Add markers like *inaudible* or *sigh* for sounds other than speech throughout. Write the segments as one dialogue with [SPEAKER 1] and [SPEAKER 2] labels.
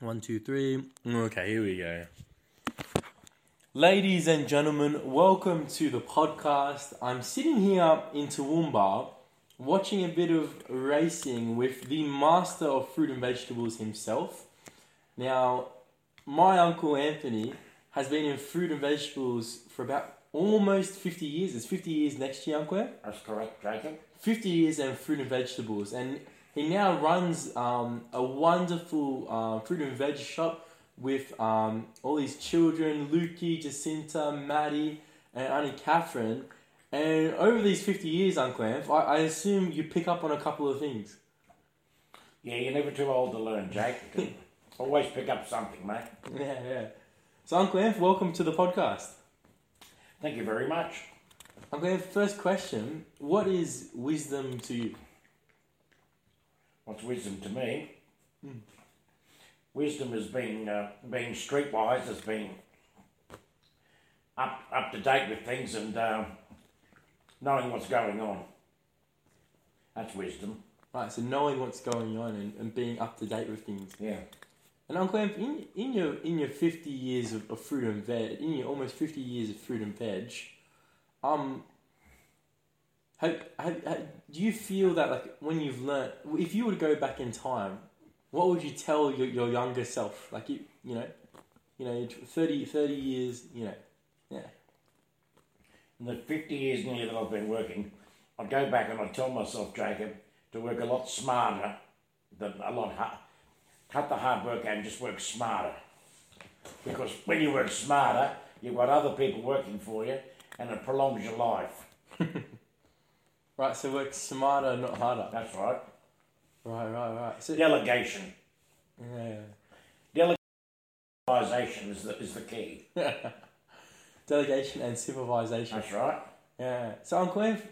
[SPEAKER 1] One, two, three. Okay, here we go. Ladies and gentlemen, welcome to the podcast. I'm sitting here in Toowoomba watching a bit of racing with the master of fruit and vegetables himself. Now, my uncle Anthony has been in fruit and vegetables for about almost 50 years. It's 50 years next year, Uncle.
[SPEAKER 2] That's correct, Jacob.
[SPEAKER 1] 50 years in fruit and vegetables, and he now runs um, a wonderful uh, fruit and veg shop with um, all his children, Lukey, Jacinta, Maddie, and Auntie Catherine. And over these 50 years, Uncle Anth, I, I assume you pick up on a couple of things. *laughs*
[SPEAKER 2] Yeah, you're never too old to learn, Jake. You can Always pick up something, mate.
[SPEAKER 1] Yeah, yeah. So, Uncle Anth, welcome to the podcast.
[SPEAKER 2] Thank you very much.
[SPEAKER 1] Uncle Anth, first question What is wisdom to you?
[SPEAKER 2] What's wisdom to me? Wisdom is being uh, being streetwise, is being up up to date with things and um, knowing what's going on. That's wisdom.
[SPEAKER 1] Right, so knowing what's going on and, and being up to date with things.
[SPEAKER 2] Yeah.
[SPEAKER 1] And Uncle Em, in, in your in your fifty years of, of fruit and veg, in your almost fifty years of fruit and veg, um, have, have, have- do you feel that like when you've learnt, if you were to go back in time, what would you tell your, your younger self? Like you, you know, you know, 30, 30 years, you know, yeah,
[SPEAKER 2] In the 50 years nearly that I've been working, I go back and I tell myself, Jacob, to work a lot smarter than a lot hard. Cut the hard work out and just work smarter. Because when you work smarter, you've got other people working for you and it prolongs your life.
[SPEAKER 1] right. So work smarter, not harder.
[SPEAKER 2] That's right.
[SPEAKER 1] Right, right, right. So
[SPEAKER 2] Delegation.
[SPEAKER 1] yeah.
[SPEAKER 2] Delegation is the, is the key.
[SPEAKER 1] *laughs* delegation and supervisation.
[SPEAKER 2] That's right.
[SPEAKER 1] Yeah. So Uncle Ev,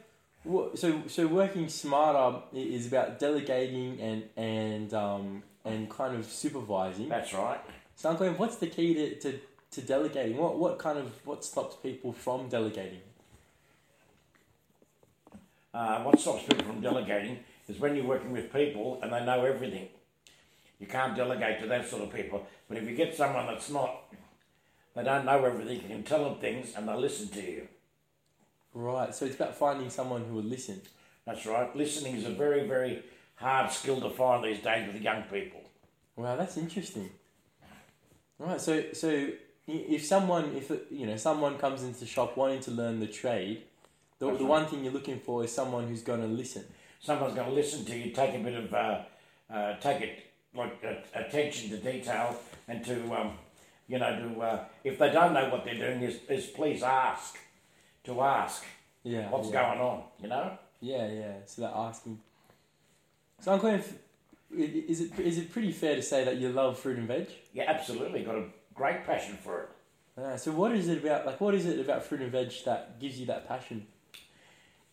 [SPEAKER 1] wha- so so working smarter i- is about delegating and and um and kind of supervising.
[SPEAKER 2] That's right.
[SPEAKER 1] So Uncle Ev, what's the key to, to, to delegating? What what kind of what stops people from delegating?
[SPEAKER 2] Uh, what stops people from delegating is when you're working with people and they know everything. You can't delegate to that sort of people. But if you get someone that's not, they don't know everything, you can tell them things and they listen to you.
[SPEAKER 1] Right. So it's about finding someone who will listen.
[SPEAKER 2] That's right. Listening is a very, very hard skill to find these days with young people.
[SPEAKER 1] Wow, that's interesting. Right, so so i- if someone if you know someone comes into the shop wanting to learn the trade, the,
[SPEAKER 2] That's
[SPEAKER 1] the
[SPEAKER 2] right.
[SPEAKER 1] one thing you're looking for is someone who's going to listen.
[SPEAKER 2] Someone's going to listen to you, take a bit of, uh, uh, take it, like uh, attention to detail and to, um, you know, to, uh, if they don't know what they're doing, is, is please ask, to ask
[SPEAKER 1] Yeah.
[SPEAKER 2] what's
[SPEAKER 1] yeah.
[SPEAKER 2] going on, you know?
[SPEAKER 1] Yeah, yeah. So they're asking. So I'm going. Is it is it pretty fair to say that you love fruit and veg?
[SPEAKER 2] Yeah, absolutely. Got a great passion for it.
[SPEAKER 1] Uh, so what is it about? Like, what is it about fruit and veg that gives you that passion?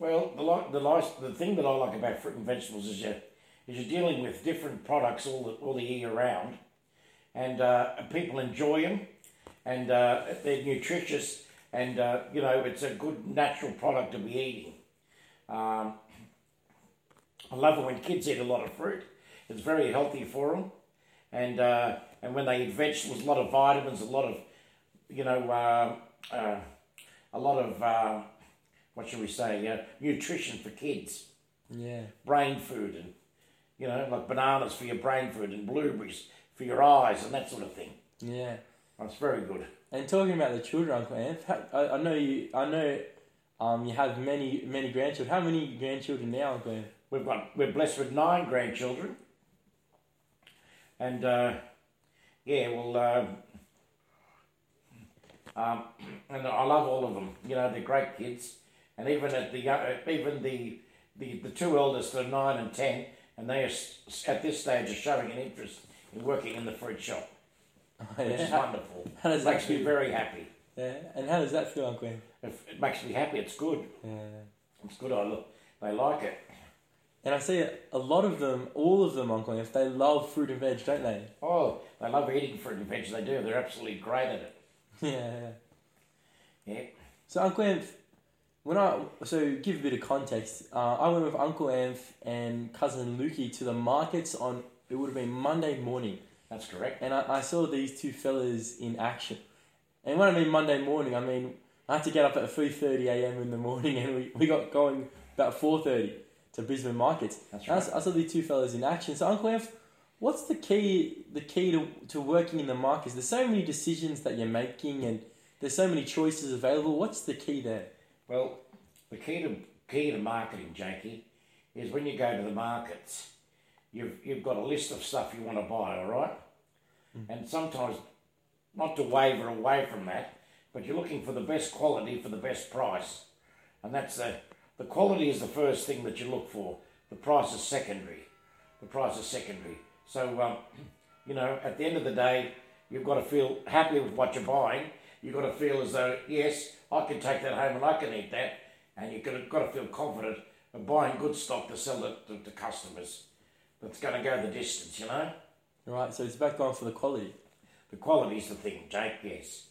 [SPEAKER 2] Well, the li- the life, the thing that I like about fruit and vegetables is you is you're dealing with different products all the, all the year round, and uh, people enjoy them, and uh, they're nutritious, and uh, you know it's a good natural product to be eating. Um, I love it when kids eat a lot of fruit. It's very healthy for them, and uh, and when they eat vegetables, a lot of vitamins, a lot of you know uh, uh, a lot of uh, what should we say, uh, nutrition for kids,
[SPEAKER 1] Yeah.
[SPEAKER 2] brain food, and you know, like bananas for your brain food and blueberries for your eyes and that sort of thing.
[SPEAKER 1] Yeah.
[SPEAKER 2] That's very good.
[SPEAKER 1] And talking about the children, Uncle Anth, ha- I, I know you. I know. Um, you have many many grandchildren. How many grandchildren now, Uncle *laughs* Anth?
[SPEAKER 2] We've got we're blessed with nine grandchildren, and uh, yeah, well, um, um, and I love all of them. You know, they're great kids, and even at the yo- even the the, the two eldest are nine and ten, and they are s- at this stage are showing an interest in working in the fruit shop. which is
[SPEAKER 1] yeah.
[SPEAKER 2] wonderful.
[SPEAKER 1] How does that
[SPEAKER 2] makes me
[SPEAKER 1] feel?
[SPEAKER 2] very happy.
[SPEAKER 1] yeah. And how does that feel, Uncle Anth?
[SPEAKER 2] If it makes me happy. It's good.
[SPEAKER 1] Yeah.
[SPEAKER 2] It's good. I look. They like it.
[SPEAKER 1] And I see a lot of them, all of them, Uncle Anth, they love fruit and veg, don't they? *laughs*
[SPEAKER 2] Oh, they love eating fruit and veg. They do. They're absolutely great at it.
[SPEAKER 1] Yeah.
[SPEAKER 2] Yeah.
[SPEAKER 1] So Uncle Amph, when I so give a bit of context, uh, I went with Uncle Amph and cousin Lukey to the markets on it would have been Monday morning.
[SPEAKER 2] That's correct.
[SPEAKER 1] and I, I saw these two fellas in action. And when I mean Monday morning, I mean I had to get up at three thirty a.m. in the morning, and we, we got going about four thirty to Brisbane markets.
[SPEAKER 2] That's
[SPEAKER 1] And I
[SPEAKER 2] right.
[SPEAKER 1] s- I, saw these two fellas in action. So Uncle F, what's the key the key to, to working in the markets? There's so many decisions that you're making, and there's so many choices available. What's the key there?
[SPEAKER 2] Well, the key to key to marketing, Jakey, is when you go to the markets, you've you've got a list of stuff you want to buy, all right? And sometimes, not to waver away from that, but you're looking for the best quality for the best price, and that's the the quality is the first thing that you look for. The price is secondary. The price is secondary. So, um, *clears throat* you know, at the end of the day, you've got to feel happy with what you're buying. You've got to feel as though, yes, I can take that home and I can eat that. And you've got to, got to feel confident of buying good stock to sell it to, to customers. That's going to go the distance, you know?
[SPEAKER 1] All right, so it's about going for the quality.
[SPEAKER 2] The quality's the thing, Jake, yes.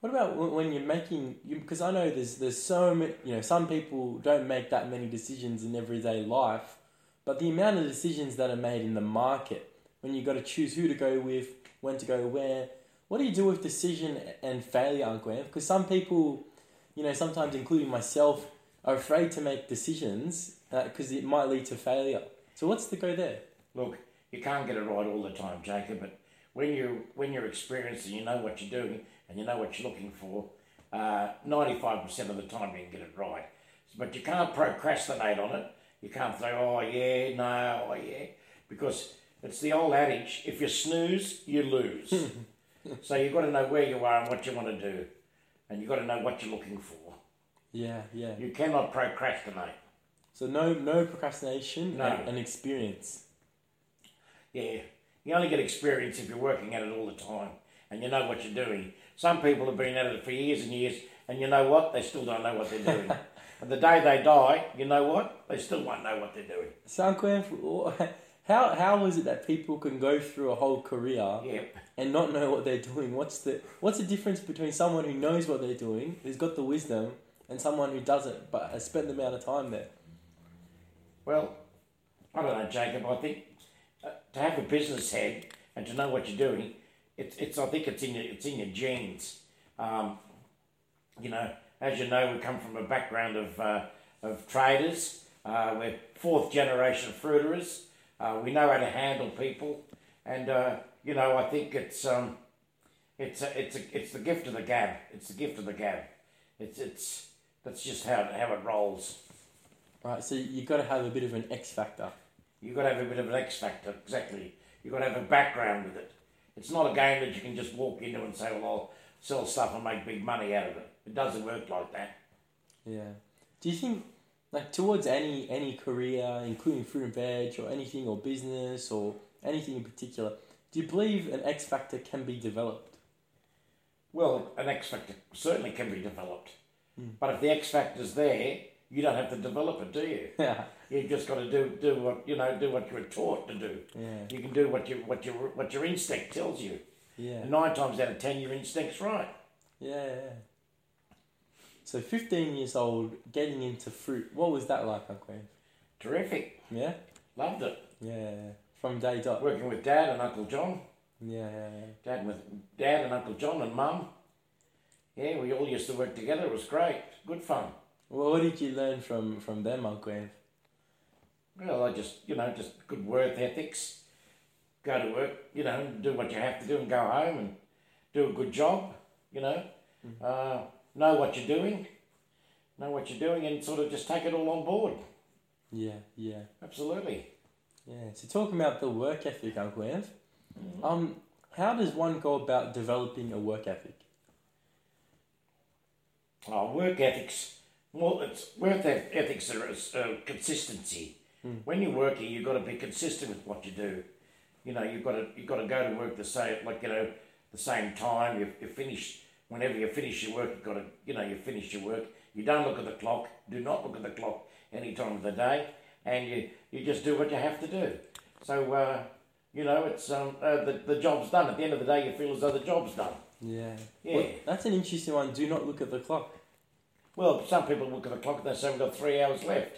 [SPEAKER 1] What about wh- when you're making? Because I know there's there's so many. You know, some people don't make that many decisions in everyday life, but the amount of decisions that are made in the market when you got to choose who to go with, when to go where. What do you do with decision and failure, Uncle Em? Because some people, you know, sometimes including myself, are afraid to make decisions because it might lead to failure. So what's the go there?
[SPEAKER 2] Look, you can't get it right all the time, Jacob, but when you when you're experienced and you know what you're doing and you know what you're looking for, ninety five percent of the time you can get it right. But you can't procrastinate on it. You can't say, oh yeah, no, oh yeah, because it's the old adage: if you snooze, you lose. so you've got to know where you are and what you want to do, and you've got to know what you're looking for.
[SPEAKER 1] Yeah, yeah.
[SPEAKER 2] You cannot procrastinate.
[SPEAKER 1] So no, no procrastination
[SPEAKER 2] No.
[SPEAKER 1] and, and experience.
[SPEAKER 2] Yeah, you only get experience if you're working at it all the time and you know what you're doing. Some people have been at it for years and years, and you know what? They still don't know what they're doing. and the day they die, you know what? They still won't know what they're doing.
[SPEAKER 1] Soundcraft, *laughs* how how is it that people can go through a whole career
[SPEAKER 2] Yeah.
[SPEAKER 1] and not know what they're doing? What's the what's the difference between someone who knows what they're doing, who's got the wisdom, and someone who doesn't but has spent the amount of time there?
[SPEAKER 2] Well, I don't know, Jacob. I think uh, to have a business head and to know what you're doing, it's it's. I think it's in your it's in your genes. Um, you know, as you know, we come from a background of uh, of traders. Uh, we're fourth generation fruiterers. Uh, we know how to handle people, and uh, you know, I think it's um, it's a, it's a, it's the gift of the gab. It's the gift of the gab. It's it's that's just how it- how it rolls.
[SPEAKER 1] Right, so you've got to have a bit of an X factor.
[SPEAKER 2] You've got to have a bit of an X factor, exactly. You've got to have a background with it. It's not a game that you can just walk into and say, well, I'll sell stuff and make big money out of it. It doesn't work like that.
[SPEAKER 1] Yeah. Do you think like towards any any career, including fruit and veg or anything or business or anything in particular, do you believe an X factor can be developed? *laughs*
[SPEAKER 2] Well, an X factor certainly can be developed. But if the X factor's there, you don't have to develop it, do you?
[SPEAKER 1] yeah.
[SPEAKER 2] You've just got to do, do what you know, do what you were taught to do.
[SPEAKER 1] Yeah.
[SPEAKER 2] You can do what you what your what your instinct tells you.
[SPEAKER 1] Yeah.
[SPEAKER 2] And nine times out of ten, your instinct's right.
[SPEAKER 1] Yeah. yeah. So 15 years old, getting into fruit. What was that like, Uncle? Ian?
[SPEAKER 2] Terrific,
[SPEAKER 1] Yeah.
[SPEAKER 2] loved it.
[SPEAKER 1] Yeah. yeah. From day dot.
[SPEAKER 2] Working with Dad and Uncle John.
[SPEAKER 1] Yeah. yeah, yeah.
[SPEAKER 2] Dad with Dad and Uncle John and Mum. Yeah, we all used to work together. It was great, good fun.
[SPEAKER 1] Well, what did you learn from from them, Uncle? Ian?
[SPEAKER 2] Well, I just you know just good work ethics. Go to work, you know, do what you have to do, and go home and do a good job. You know, uh, know what you're doing, know what you're doing, and sort of just take it all on board.
[SPEAKER 1] Yeah. Yeah.
[SPEAKER 2] Absolutely.
[SPEAKER 1] Yeah. So talking about the work ethic, Uncle Ian, um, how does one go about developing a work ethic?
[SPEAKER 2] Oh, work ethics. Well, it's work eth- ethics are uh, consistency. When you're working, you've got to be consistent with what you do. You know, you've got to you've got to go to work the same, like you know, the same time. You, you finish whenever you finish your work. You've got to you know you finish your work. You don't look at the clock. Do not look at the clock any time of the day, and you you just do what you have to do. So uh, you know, it's um, uh, the the job's done. At the end of the day, you feel as though the job's done.
[SPEAKER 1] Yeah.
[SPEAKER 2] Yeah.
[SPEAKER 1] Well, that's an interesting one. Do not look at the clock.
[SPEAKER 2] Well, some people look at the clock and they say we've got three hours left.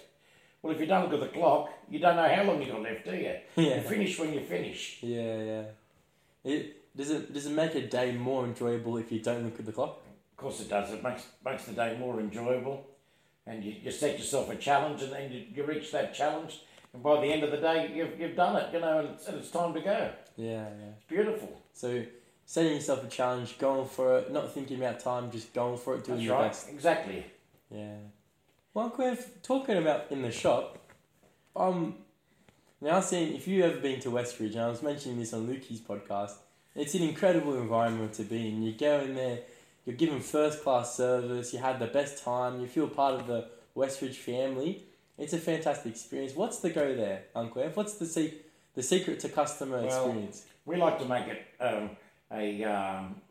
[SPEAKER 2] Well, if you don't look at the clock, you don't know how long you got left, do you? You
[SPEAKER 1] *laughs* Yeah.
[SPEAKER 2] finish when you finish.
[SPEAKER 1] Yeah, yeah. It does it does it make a day more enjoyable if you don't look at the clock?
[SPEAKER 2] Of course, it does. It makes makes the day more enjoyable, and you, you set yourself a challenge, and then you, you reach that challenge, and by the end of the day, you've, you've done it. You know, and it's, and it's time to go.
[SPEAKER 1] Yeah, yeah.
[SPEAKER 2] It's beautiful.
[SPEAKER 1] So setting yourself a challenge, going for it, not thinking about time, just going for it, doing
[SPEAKER 2] That's
[SPEAKER 1] your
[SPEAKER 2] right.
[SPEAKER 1] best.
[SPEAKER 2] Exactly.
[SPEAKER 1] Yeah. Like we're talking about in the shop, um, now seeing if you've ever been to Westridge, and I was mentioning this on Lukey's podcast, it's an incredible environment to be in. You go in there, you're given first class service, you had the best time, you feel part of the Westridge family. It's a fantastic experience. What's the go there, Uncle Ev? What's the se- the secret to customer
[SPEAKER 2] Well,
[SPEAKER 1] experience?
[SPEAKER 2] We like to make it um, a um,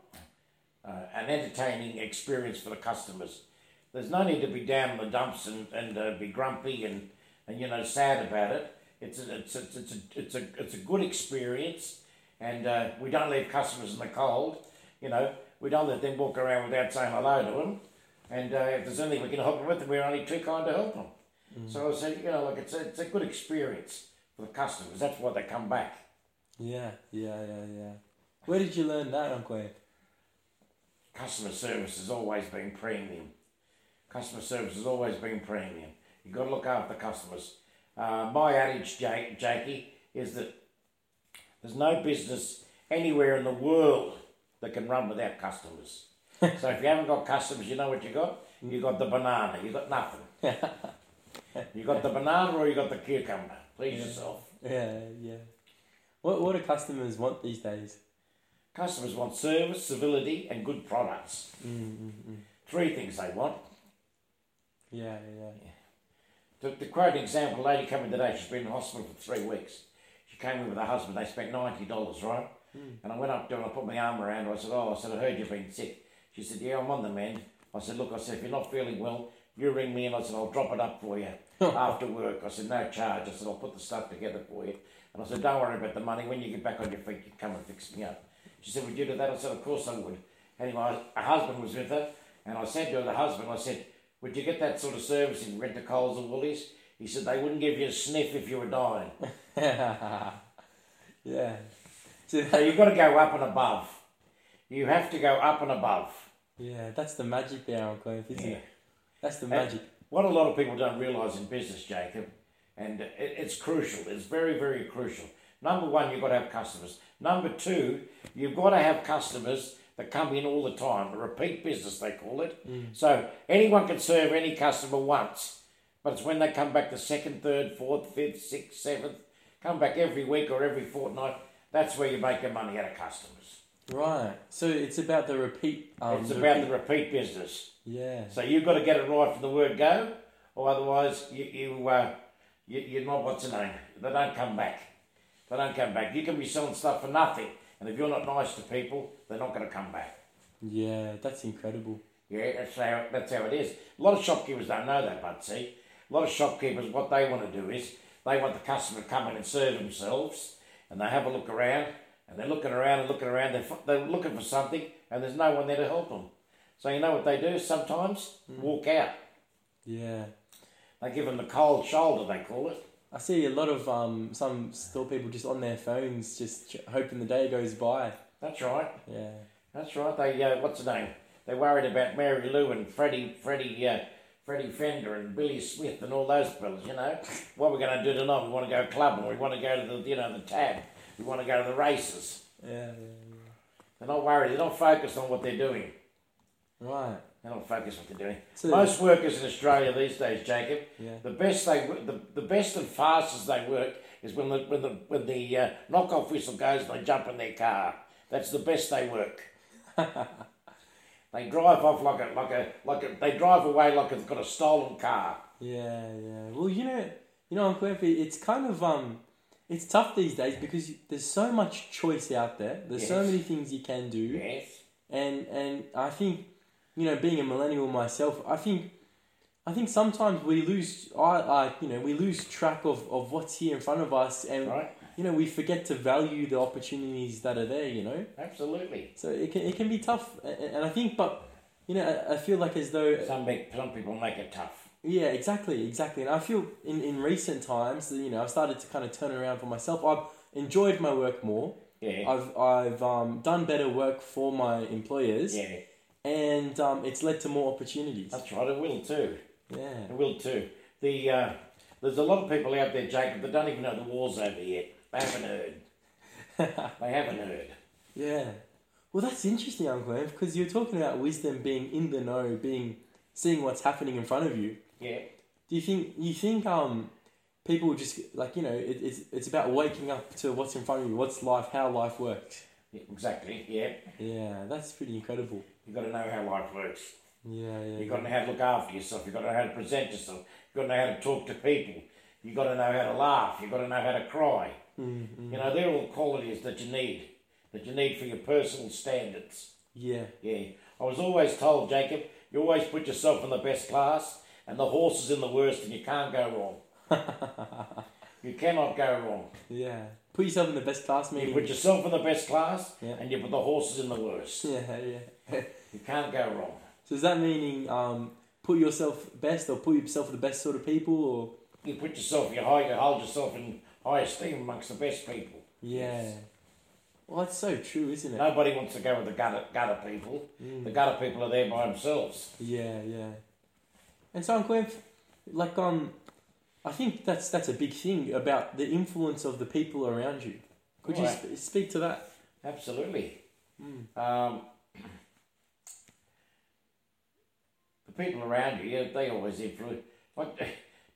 [SPEAKER 2] uh, an entertaining experience for the customers. There's no need to be down in the dumps and, and uh, be grumpy and, and you know sad about it. It's a, it's a, it's a, it's a it's a good experience, and uh, we don't leave customers in the cold. You know, we don't let them walk around without saying hello to them. And uh, if there's anything we can help them with, we're only too kind to help them. So I said, you know, look, it's a, it's a good experience for the customers. That's why they come back.
[SPEAKER 1] Yeah, yeah, yeah, yeah. Where did you learn that, Uncle Ev?
[SPEAKER 2] Customer service has always been premium. Customer service has always been premium. You've got to look after customers. Uh, my adage, Jake, Jakey, is that there's no business anywhere in the world that can run without customers. so if you haven't got customers, you know what you got? You got the banana. You got nothing. you got the banana or you got the cucumber. Please yourself.
[SPEAKER 1] Yeah, yeah. What what do customers want these days?
[SPEAKER 2] Customers want service, civility, and good products. Three things they want.
[SPEAKER 1] Yeah, yeah,
[SPEAKER 2] To, to quote an example, a lady came in today, she's been in hospital for three weeks. She came in with her husband, they spent $90, right? Mm. And I went up to her and I put my arm around her. I said, Oh, I said, I heard you've been sick. She said, Yeah, I'm on the mend. I said, Look, I said, if you're not feeling well, you ring me and I said, I'll drop it up for you after work. I said, No charge. I said, I'll put the stuff together for you. And I said, Don't worry about the money. When you get back on your feet, you come and fix me up. She said, Would you do that? I said, Of course I would. Anyway, her husband was with her, and I said to her, the husband, I said, Would you get that sort of service in rent a Coles or Woolies? He said, They wouldn't give you a sniff if you were dying.
[SPEAKER 1] yeah. *laughs* yeah. So
[SPEAKER 2] so
[SPEAKER 1] that,
[SPEAKER 2] you've got to go up and above. You have to go up and above.
[SPEAKER 1] yeah, that's the magic there, Uncle Ev, isn't
[SPEAKER 2] Yeah.
[SPEAKER 1] it? That's the
[SPEAKER 2] And
[SPEAKER 1] magic.
[SPEAKER 2] What a lot of people don't realise in business, Jacob, and it, it's crucial. It's very, very crucial. Number one, you've got to have customers. Number two, you've got to have customers that come in all the time. Repeat business, they call it. So anyone can serve any customer once, but it's when they come back the second, third, fourth, fifth, sixth, seventh, come back every week or every fortnight. That's where you make your money out of customers.
[SPEAKER 1] Right. So it's about the repeat. Um,
[SPEAKER 2] It's
[SPEAKER 1] the
[SPEAKER 2] about
[SPEAKER 1] repeat-
[SPEAKER 2] the repeat business.
[SPEAKER 1] yeah.
[SPEAKER 2] So you've got to get it right from the word go, or otherwise you you uh, you, you're not what's the name. They don't come back. They don't come back. You can be selling stuff for nothing, and if you're not nice to people, they're not going to come back.
[SPEAKER 1] Yeah, that's incredible.
[SPEAKER 2] Yeah, that's how that's how it is. A lot of shopkeepers don't know that, but see, a lot of shopkeepers what they want to do is they want the customer to come in and serve themselves, and they have a look around, and they're looking around and looking around. They're f- they're looking for something, and there's no one there to help them. So you know what they do? Sometimes walk out.
[SPEAKER 1] Yeah.
[SPEAKER 2] They give them the cold shoulder, they call it.
[SPEAKER 1] I see a lot of um, some store people just on their phones, just ch- hoping the day goes by.
[SPEAKER 2] That's right.
[SPEAKER 1] Yeah.
[SPEAKER 2] That's right. They uh, what's the name? They're worried about Mary Lou and Freddie, Freddie, uh, Freddie Fender and Billy Smith and all those fellas. You know what we're going to do tonight? We want to go clubbing. We want to go to the you know the tab. We want to go to the races.
[SPEAKER 1] Yeah. yeah, yeah.
[SPEAKER 2] They're not worried. They're not focused on what they're doing.
[SPEAKER 1] Right.
[SPEAKER 2] They're not focused on what they're doing.
[SPEAKER 1] So-
[SPEAKER 2] Most workers in Australia these days, Jacob,
[SPEAKER 1] Yeah.
[SPEAKER 2] the best they wo- the, the best and fastest they work is when the when the when the uh, knockoff whistle goes and they jump in their car. That's the best they work. they drive off like a like a like a, they drive away like they've got a stolen car.
[SPEAKER 1] Yeah, yeah. Well, you know, you know, Uncle Ev, it's kind of um, it's tough these days because you- there's so much choice out there. There's so
[SPEAKER 2] Yes.
[SPEAKER 1] many things you can do,
[SPEAKER 2] Yes.
[SPEAKER 1] and and I think, you know, being a millennial myself, I think, I think sometimes we lose, I, I you know, we lose track of of what's here in front of us, and
[SPEAKER 2] Right.
[SPEAKER 1] you know, we forget to value the opportunities that are there. You know,
[SPEAKER 2] Absolutely.
[SPEAKER 1] so it can it can be tough, a- a- and I think, but you know, I, I feel like as though
[SPEAKER 2] Some make, some people make it tough.
[SPEAKER 1] Yeah, exactly, exactly. And I feel in, in recent times, you know, I've started to kind of turn around for myself. I've enjoyed my work more.
[SPEAKER 2] Yeah.
[SPEAKER 1] I've I've um, done better work for my employers,
[SPEAKER 2] Yeah.
[SPEAKER 1] and um, it's led to more opportunities.
[SPEAKER 2] That's right. It will too.
[SPEAKER 1] Yeah, *laughs*
[SPEAKER 2] It will too. The uh, there's a lot of people out there, Jacob, that don't even know the war's over yet. They haven't heard. they haven't heard.
[SPEAKER 1] yeah. Well, that's interesting, Uncle Em, because you're talking about wisdom being in the know, being seeing what's happening in front of you.
[SPEAKER 2] Yeah.
[SPEAKER 1] Do you think you think um people just like you know it, it's it's about waking up to what's in front of you, what's life, how life works.
[SPEAKER 2] yeah, Exactly. Yeah.
[SPEAKER 1] Yeah, that's pretty incredible.
[SPEAKER 2] You've got to know how life works.
[SPEAKER 1] Yeah, yeah.
[SPEAKER 2] You've got to know how to look after yourself. You've got to know how to present yourself. You've got to know how to talk to people. You've got to know how to laugh. You've got to know how to cry.
[SPEAKER 1] Mm-hmm.
[SPEAKER 2] You know, they're all qualities that you need, that you need for your personal standards.
[SPEAKER 1] yeah.
[SPEAKER 2] Yeah. I was always told, Jacob, you always put yourself in the best class and the horse is in the worst and you can't go wrong.
[SPEAKER 1] *laughs*
[SPEAKER 2] you cannot go wrong.
[SPEAKER 1] Yeah. Put yourself in the best class
[SPEAKER 2] You
[SPEAKER 1] meeting.
[SPEAKER 2] put yourself in the best class
[SPEAKER 1] Yeah.
[SPEAKER 2] and you put the horses in the worst.
[SPEAKER 1] yeah, yeah.
[SPEAKER 2] You can't go wrong.
[SPEAKER 1] so is that meaning um, put yourself best or put yourself with the best sort of people or
[SPEAKER 2] You put yourself, you, high, you hold yourself in high esteem amongst the best people.
[SPEAKER 1] yeah? Well, that's so true, isn't it?
[SPEAKER 2] Nobody wants to go with the gutter, gutter people. The gutter people are there by themselves.
[SPEAKER 1] Yeah, yeah. And so, Uncle Ev, like um, I think that's that's a big thing about the influence of the people around you. Could you
[SPEAKER 2] Right.
[SPEAKER 1] sp- speak to that?
[SPEAKER 2] Absolutely. Um, the people around you, yeah, they always influence. *laughs* Like,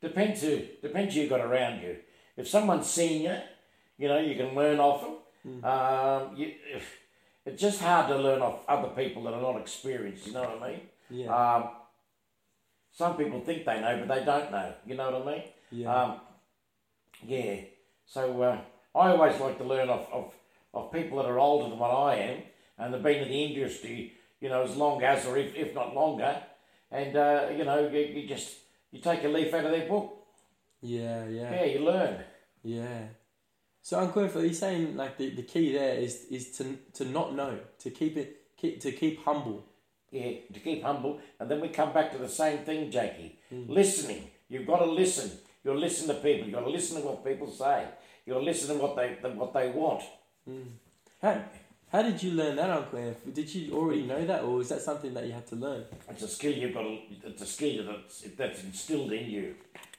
[SPEAKER 2] depends who depends who you got around you. If someone's senior, you know you can learn off them. Um, you, *sighs* if, it's just hard to learn off other people that are not experienced. You know what I mean?
[SPEAKER 1] Yeah,
[SPEAKER 2] Um, some people think they know, but they don't know. You know what I mean?
[SPEAKER 1] yeah,
[SPEAKER 2] Um, yeah. So uh, I always like to learn off, off, off people that are older than what I am and they've been in the industry, you know, as long as or if, if not longer. And, uh, you know, you, you just, you take a leaf out of their book.
[SPEAKER 1] yeah, yeah,
[SPEAKER 2] Yeah, you learn.
[SPEAKER 1] yeah. So, Uncle Ev, are you saying like the, the key there is is to to not know, to keep it keep, to keep humble?
[SPEAKER 2] Yeah, to keep humble. And then we come back to the same thing, Jackie.
[SPEAKER 1] Hmm.
[SPEAKER 2] Listening. You've got to listen. You'll listen to people. You've got to listen to what people say. You'll listen to what they, what they want.
[SPEAKER 1] How, how did you learn that, Uncle Ev? Did you already know that, or is that something that you had to learn?
[SPEAKER 2] It's a skill you've got. To, it's a skill that's that's instilled in you.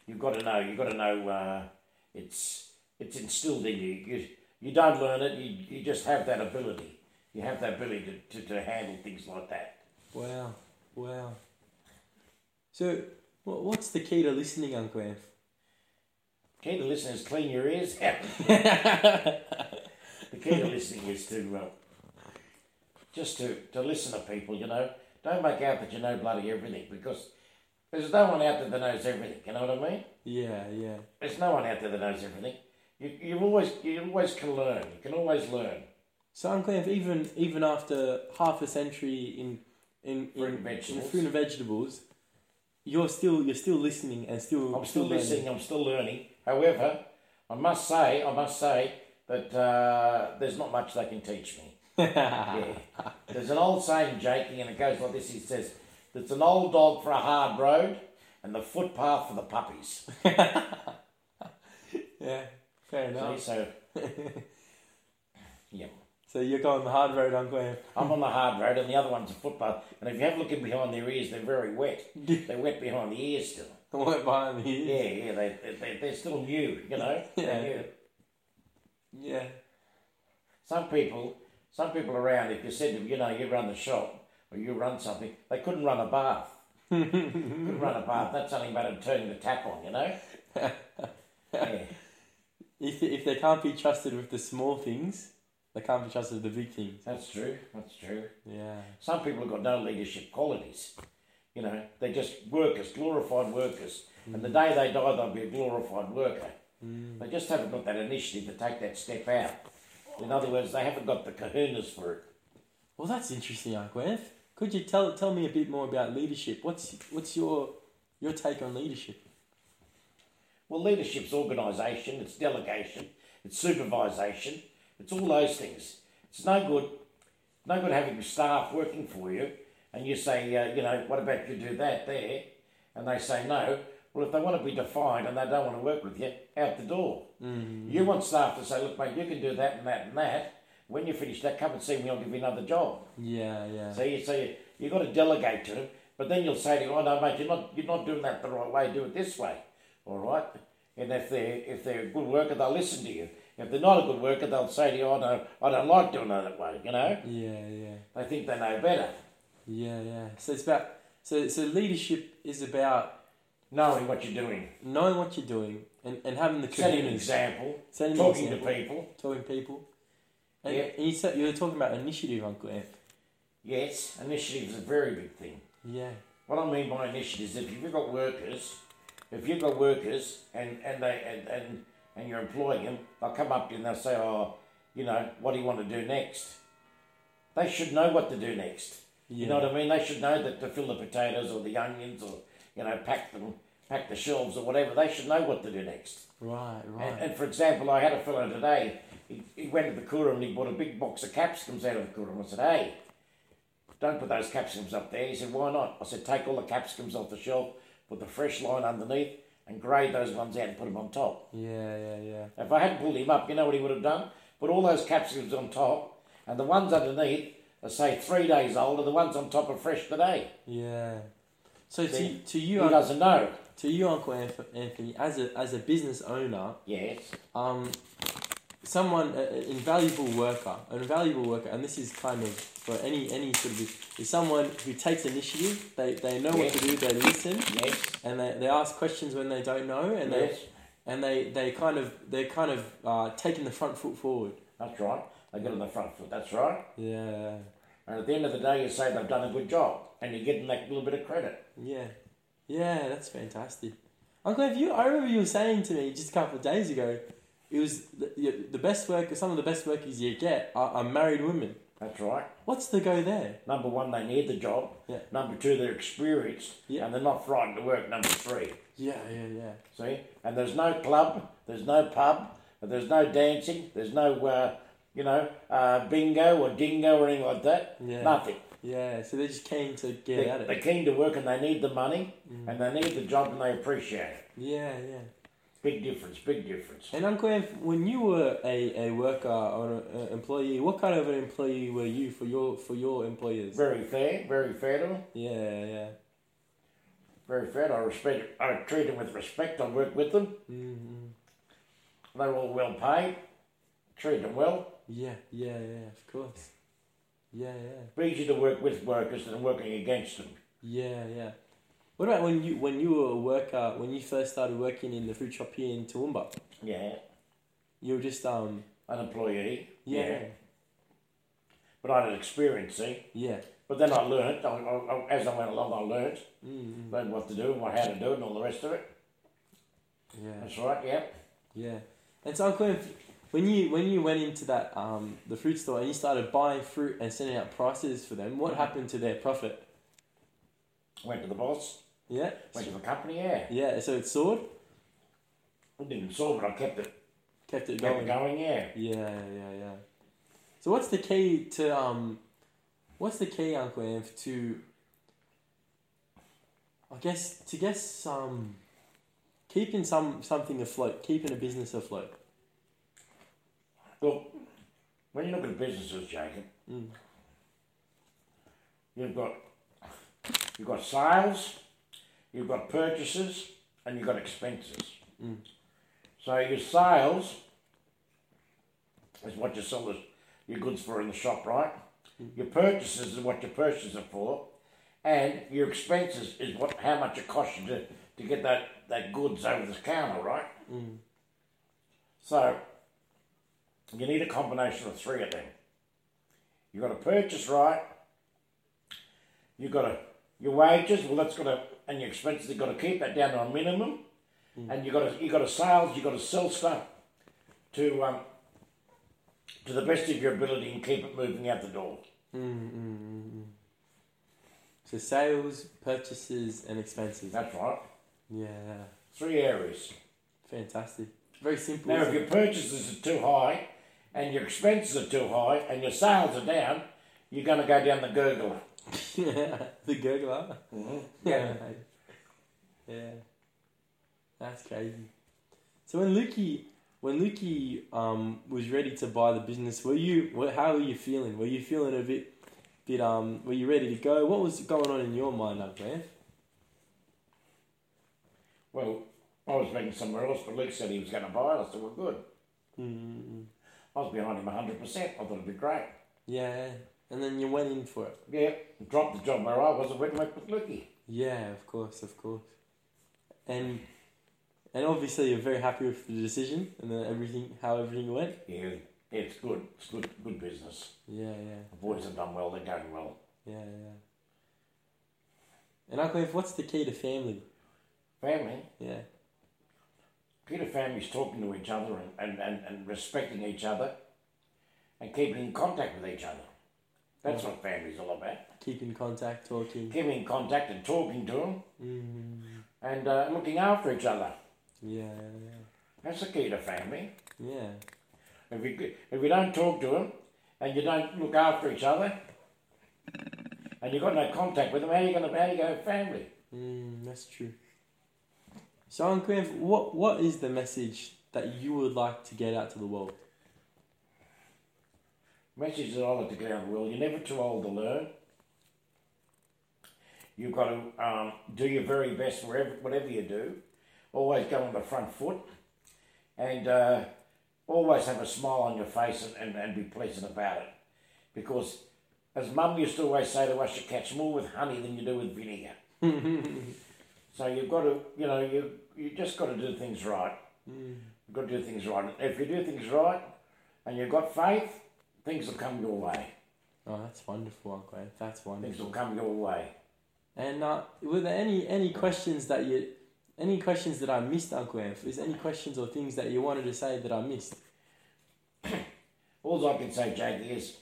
[SPEAKER 2] You've got to know. You've got to know. Uh, it's it's instilled in you. You you don't learn it. You, you just have that ability. You have that ability to, to, to handle things like that.
[SPEAKER 1] Wow, wow. So, wha- what's the key to listening, Uncle *laughs* Ev?
[SPEAKER 2] Key to listening is clean your ears *laughs* out. the key to listening is to uh, just to, to listen to people. You know, don't make out that you know bloody everything because there's no one out there that knows everything. You know what I mean?
[SPEAKER 1] Yeah, yeah,
[SPEAKER 2] There's no one out there that knows everything. You, you always you always can learn. You can always learn.
[SPEAKER 1] So I'm glad even even after half a century in in
[SPEAKER 2] Fruit
[SPEAKER 1] in,
[SPEAKER 2] and vegetables.
[SPEAKER 1] in fruit and vegetables, you're still you're still listening and still
[SPEAKER 2] I'm still
[SPEAKER 1] learning. *laughs*
[SPEAKER 2] listening. I'm still learning. However, I must say, I must say that uh, there's not much they can teach me.
[SPEAKER 1] Ah.
[SPEAKER 2] yeah. There's an old saying, Jakey, and it goes like this. He says, "There's an old dog for a hard road, and the footpath for the puppies."
[SPEAKER 1] Yeah, fair
[SPEAKER 2] See,
[SPEAKER 1] enough.
[SPEAKER 2] so, yeah.
[SPEAKER 1] *laughs* So you're going the hard road, Uncle Em.
[SPEAKER 2] I'm on the hard road, and the other one's a footpath. And if you have a look in behind their ears, they're very wet. they're wet behind the ears still.
[SPEAKER 1] I won't behind *laughs* the ears.
[SPEAKER 2] Yeah, yeah, they, they- they, they're still new, you know.
[SPEAKER 1] Yeah.
[SPEAKER 2] They're new.
[SPEAKER 1] Yeah,
[SPEAKER 2] Some people, some people around, if you said to them, you know, you run the shop or you run something, they couldn't run a bath. couldn't run a bath. That's something about them turning the tap on, you know. yeah.
[SPEAKER 1] if if they can't be trusted with the small things, they can't be trusted with the big things.
[SPEAKER 2] That's true. That's true.
[SPEAKER 1] Yeah,
[SPEAKER 2] Some people have got no leadership qualities. You know, they're just workers, glorified workers. And the day they die, they'll be a glorified worker. They just haven't got that initiative to take that step out. In other words, they haven't got the kahunas for it.
[SPEAKER 1] well that's interesting, Uncle Em. Could you tell tell me a bit more about leadership? What's what's your your take on leadership?
[SPEAKER 2] Well, leadership's organisation, it's delegation, it's supervisation, it's all those things. It's no good, no good having staff working for you, and you say, uh, you know, what about you do that there, and they say no, well, if they want to be defined and they don't want to work with you, out the door. You want staff to say, look, mate, you can do that and that and that. When you finish that, come and see me, I'll give you another job.
[SPEAKER 1] Yeah, yeah.
[SPEAKER 2] So you so you, you've got to delegate to them, but then you'll say to them, "Oh no, mate, you're not you're not doing that the right way. Do it this way, all right." And if they're if they're a good worker, they'll listen to you. If they're not a good worker, they'll say to you, "Oh no, I don't like doing it that way." You know,
[SPEAKER 1] Yeah, yeah.
[SPEAKER 2] they think they know better.
[SPEAKER 1] Yeah, yeah. So it's about so so leadership is about
[SPEAKER 2] Knowing what you're
[SPEAKER 1] *laughs*
[SPEAKER 2] doing,
[SPEAKER 1] knowing what you're doing and, and having the
[SPEAKER 2] setting an
[SPEAKER 1] commitment,
[SPEAKER 2] example,
[SPEAKER 1] setting an
[SPEAKER 2] talking
[SPEAKER 1] example,
[SPEAKER 2] to people.
[SPEAKER 1] talking to people. And,
[SPEAKER 2] Yeah.
[SPEAKER 1] and you said you were talking about initiative, Uncle Amp.
[SPEAKER 2] Yes, initiative is a very big thing.
[SPEAKER 1] Yeah.
[SPEAKER 2] What I mean by initiative is if you've got workers, if you've got workers and, and they and, and and you're employing them, they'll come up to you and they'll say, "Oh, you know, what do you want to do next?" They should know what to do next. You know
[SPEAKER 1] Yeah.
[SPEAKER 2] what I mean? They should know that to fill the potatoes or the onions or you know pack them, pack the shelves or whatever. They should know what to do next.
[SPEAKER 1] Right, right.
[SPEAKER 2] And, and for example, I had a fellow today. He, he went to the cooler and he bought a big box of capsicums out of the cooler. And I said, "Hey, don't put those capsicums up there." He said, "Why not?" I said, "Take all the capsicums off the shelf, put the fresh line underneath, and grade those ones out and put them on top."
[SPEAKER 1] yeah, yeah, yeah.
[SPEAKER 2] If I hadn't pulled him up, you know what he would have done? Put all those capsicums on top, and the ones underneath are say three days old, and the ones on top are fresh today.
[SPEAKER 1] Yeah. So to,
[SPEAKER 2] See,
[SPEAKER 1] to
[SPEAKER 2] He
[SPEAKER 1] you Unc-
[SPEAKER 2] doesn't know.
[SPEAKER 1] to you Uncle Anth- Anthony as a as a business owner,
[SPEAKER 2] Yes.
[SPEAKER 1] um someone a- an invaluable worker, an invaluable worker and this is kind of for any any sort of is someone who takes initiative, they, they know what to do, they listen
[SPEAKER 2] Yes.
[SPEAKER 1] and they, they ask questions when they don't know and they
[SPEAKER 2] Yes.
[SPEAKER 1] and they, they kind of they're kind of uh, taking the front foot forward.
[SPEAKER 2] That's right. They got on the front foot. That's right.
[SPEAKER 1] Yeah,
[SPEAKER 2] And at the end of the day, you say they've done a good job, and you give them that little bit of credit.
[SPEAKER 1] yeah, yeah. That's fantastic. Uncle, if you, I remember you were saying to me just a couple of days ago, it was the, you- the best work. Some of the best workers you get are, are married women.
[SPEAKER 2] That's right.
[SPEAKER 1] What's the go there?
[SPEAKER 2] Number one, they need the job.
[SPEAKER 1] Yeah.
[SPEAKER 2] Number two, they're experienced,
[SPEAKER 1] Yeah.
[SPEAKER 2] and they're not frightened to work. Number three,
[SPEAKER 1] Yeah, yeah, yeah.
[SPEAKER 2] see. And there's no club, there's no pub, there's no dancing, there's no, uh, you know, uh, bingo or dingo or anything like that.
[SPEAKER 1] Yeah.
[SPEAKER 2] Nothing.
[SPEAKER 1] Yeah, so they're just keen to get
[SPEAKER 2] They,
[SPEAKER 1] at it. Mm.
[SPEAKER 2] are keen to work, and they need the money, and they need the job, and they appreciate it.
[SPEAKER 1] yeah, yeah.
[SPEAKER 2] Big difference. Big difference.
[SPEAKER 1] And Uncle Anf, when you were a, a worker or an uh, employee, what kind of an employee were you for your for your employers?
[SPEAKER 2] Very fair. Very fair to them.
[SPEAKER 1] Yeah, yeah.
[SPEAKER 2] very fair. I respect. I treat them with respect. I work with them. Mm-hmm. They're all well paid. Treat them well.
[SPEAKER 1] Yeah, yeah, yeah, of course. Yeah, yeah,
[SPEAKER 2] It's easy to work with workers than working against them.
[SPEAKER 1] yeah, yeah. What about when you when you were a worker when you first started working in the fruit shop here in Toowoomba?
[SPEAKER 2] Yeah,
[SPEAKER 1] You were just um
[SPEAKER 2] an employee.
[SPEAKER 1] yeah yeah
[SPEAKER 2] but I had experience. See,
[SPEAKER 1] yeah
[SPEAKER 2] but then I learnt. I, I, I, as I went along, I learnt. Mm-hmm. Learned what to do and what how to do it and all the rest of it.
[SPEAKER 1] yeah.
[SPEAKER 2] That's right. Yeah.
[SPEAKER 1] yeah. And so Uncle, Cliff, when you when you went into that um the fruit store and you started buying fruit and sending out prices for them, what happened to their profit?
[SPEAKER 2] Went to the boss.
[SPEAKER 1] Yeah,
[SPEAKER 2] Went to the company. Yeah.
[SPEAKER 1] yeah. So it soared,
[SPEAKER 2] I didn't saw, but I kept it
[SPEAKER 1] kept it
[SPEAKER 2] kept it
[SPEAKER 1] going.
[SPEAKER 2] going. Yeah.
[SPEAKER 1] Yeah, yeah, yeah. So what's the key to um, what's the key, Uncle Anf, to I guess to guess um, keeping some something afloat, keeping a business afloat.
[SPEAKER 2] Look, when you look at businesses, Jacob, you've got you've got sales, you've got purchases, and you've got expenses. So your sales is what you sell the- your goods for in the shop, right? Your purchases is what your purchases are for, and your expenses is what how much it costs you to, to get that, that goods over the counter, right? So you need a combination of three of them. You've got to purchase right. You've got to your wages. Well, that's got to and your expenses. You've got to keep that down to a minimum. And you got to you got to sales. You got to sell stuff to um, to the best of your ability and keep it moving out the door.
[SPEAKER 1] Mm, So sales, purchases, and expenses.
[SPEAKER 2] That's right.
[SPEAKER 1] Yeah,
[SPEAKER 2] Three areas.
[SPEAKER 1] fantastic. Very simple.
[SPEAKER 2] Now, if
[SPEAKER 1] isn't
[SPEAKER 2] your
[SPEAKER 1] it?
[SPEAKER 2] purchases are too high, and your expenses are too high, and your sales are down,
[SPEAKER 1] *laughs*
[SPEAKER 2] you're going to go down the gurgler.
[SPEAKER 1] the gurgler.
[SPEAKER 2] Yeah.
[SPEAKER 1] mate. Mm-hmm. Yeah. That's crazy. So when Lukey when Lukey um was ready to buy the business, were you what, how were you feeling? Were you feeling a bit bit um were you ready to go? What was going on in your mind up there?
[SPEAKER 2] Well, I was meeting somewhere else, but Luke said he was going to buy it. I said, well, good.
[SPEAKER 1] mm
[SPEAKER 2] I was behind him 100%. I thought it'd be great.
[SPEAKER 1] Yeah. And then you went in for it.
[SPEAKER 2] Yeah, dropped the job where I was and went and worked with Lukey.
[SPEAKER 1] Yeah, of course, of course. And and obviously you're very happy with the decision and then everything how everything went.
[SPEAKER 2] Yeah, yeah, it's good. It's good good business.
[SPEAKER 1] Yeah, yeah.
[SPEAKER 2] The boys have done well. They're going well.
[SPEAKER 1] Yeah, yeah. And Uncle Ev, what's the key to family?
[SPEAKER 2] Family.
[SPEAKER 1] Yeah,
[SPEAKER 2] Peter families talking to each other and, and, and, and respecting each other and keeping in contact with each other. That's what family's all about.
[SPEAKER 1] keep in contact, talking.
[SPEAKER 2] Keeping in contact and talking to them
[SPEAKER 1] Mm,
[SPEAKER 2] and uh, looking after each other.
[SPEAKER 1] yeah,
[SPEAKER 2] That's the key to family.
[SPEAKER 1] yeah, yeah.
[SPEAKER 2] If you, if you don't talk to them and you don't look after each other and you've got no contact with them, how are you going to how you gonna have family?
[SPEAKER 1] Mm, that's true. So Uncle Ev, what what is the message that you would like to get out to the world?
[SPEAKER 2] Message that I like to get out of the world. You're never too old to learn. You've got to um, do your very best wherever, whatever you do. Always go on the front foot, and uh, always have a smile on your face and, and, and be pleasant about it. Because, as Mum used to always say to us, you catch more with honey than you do with vinegar. so you've got to, you know, you you just got to do things right. You've got to do things right. If you do things right, and you've got faith, things will come your way.
[SPEAKER 1] Oh, that's wonderful, Uncle Ev. That's
[SPEAKER 2] Things will
[SPEAKER 1] wonderful.
[SPEAKER 2] come your way.
[SPEAKER 1] And uh, were there any any questions that you any questions that I missed, Uncle Ev? Is there any questions or things that you wanted to say that I missed?
[SPEAKER 2] All I can say, Jake, is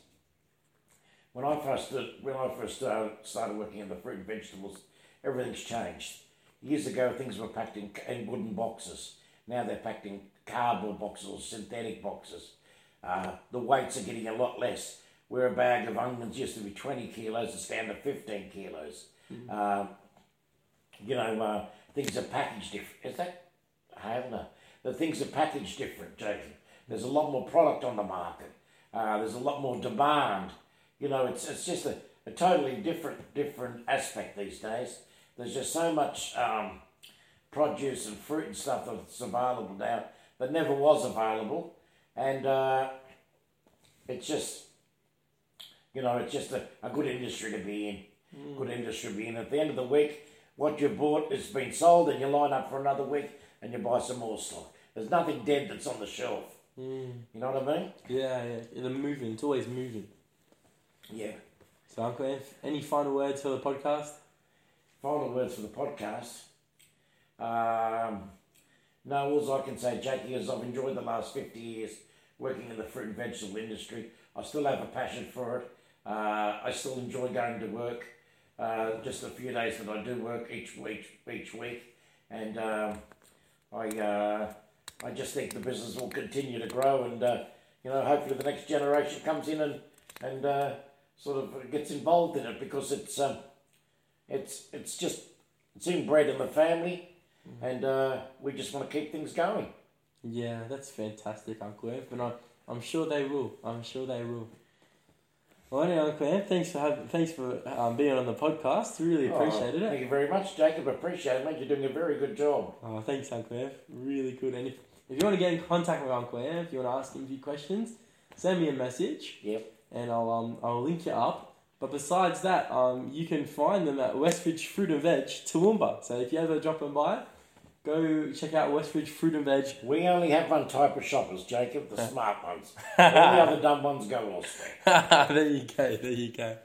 [SPEAKER 2] when I first did- when I first started, started working in the fruit and vegetables, everything's changed. Years ago, things were packed in, in wooden boxes. Now they're packed in cardboard boxes or synthetic boxes. Uh, the weights are getting a lot less. Where a bag of onions used to be 20 kilos, it's down to 15 kilos. Um, you know, uh, things are packaged different. Is that? I don't know. The things are packaged different, Jason. There's a lot more product on the market. Uh, there's a lot more demand. You know, it's, it's just a, a totally different different aspect these days. There's just so much um, produce and fruit and stuff that's available now that never was available, and uh, it's just you know, it's just a, a good industry to be in. Good industry to be in. At the end of the week, what you bought has been sold, and you line up for another week and you buy some more stock. There's nothing dead that's on the shelf. You know what I mean?
[SPEAKER 1] Yeah, yeah. The moving. It's always moving.
[SPEAKER 2] Yeah.
[SPEAKER 1] So, Uncle Ev, any final words for the podcast?
[SPEAKER 2] Final words for the podcast. Um, no, all I can say, Jackie, is I've enjoyed the last 50 years working in the fruit and vegetable industry. I still have a passion for it. Uh, I still enjoy going to work. Uh, just a few days that I do work each week, each week, and um, I, uh, I just think the business will continue to grow, and uh, you know, hopefully the next generation comes in and and uh, sort of gets involved in it because it's um, it's it's just it's inbred in the family, and uh, we just want to keep things going.
[SPEAKER 1] Yeah, that's fantastic, Uncle Ev, and I, I'm sure they will. I'm sure they will. Well, anyway, Uncle Ev, thanks for having, thanks for um, being on the podcast. Really appreciated
[SPEAKER 2] Oh,
[SPEAKER 1] it.
[SPEAKER 2] Thank you very much, Jacob. Appreciate it, mate. You're doing a very good job.
[SPEAKER 1] Oh, thanks, Uncle Ev. Really good. And if, if you want to get in contact with Uncle Ev, if you want to ask him a few questions, send me a message.
[SPEAKER 2] Yep.
[SPEAKER 1] and I'll um, I'll link you up. But besides that, um, you can find them at Westridge Fruit and Veg Toowoomba. So if you ever drop them by, go check out Westridge Fruit and Veg.
[SPEAKER 2] We only have one type of shoppers,
[SPEAKER 1] *laughs*
[SPEAKER 2] Jacob, the smart ones. All the other dumb ones go elsewhere.
[SPEAKER 1] there you go, there you go.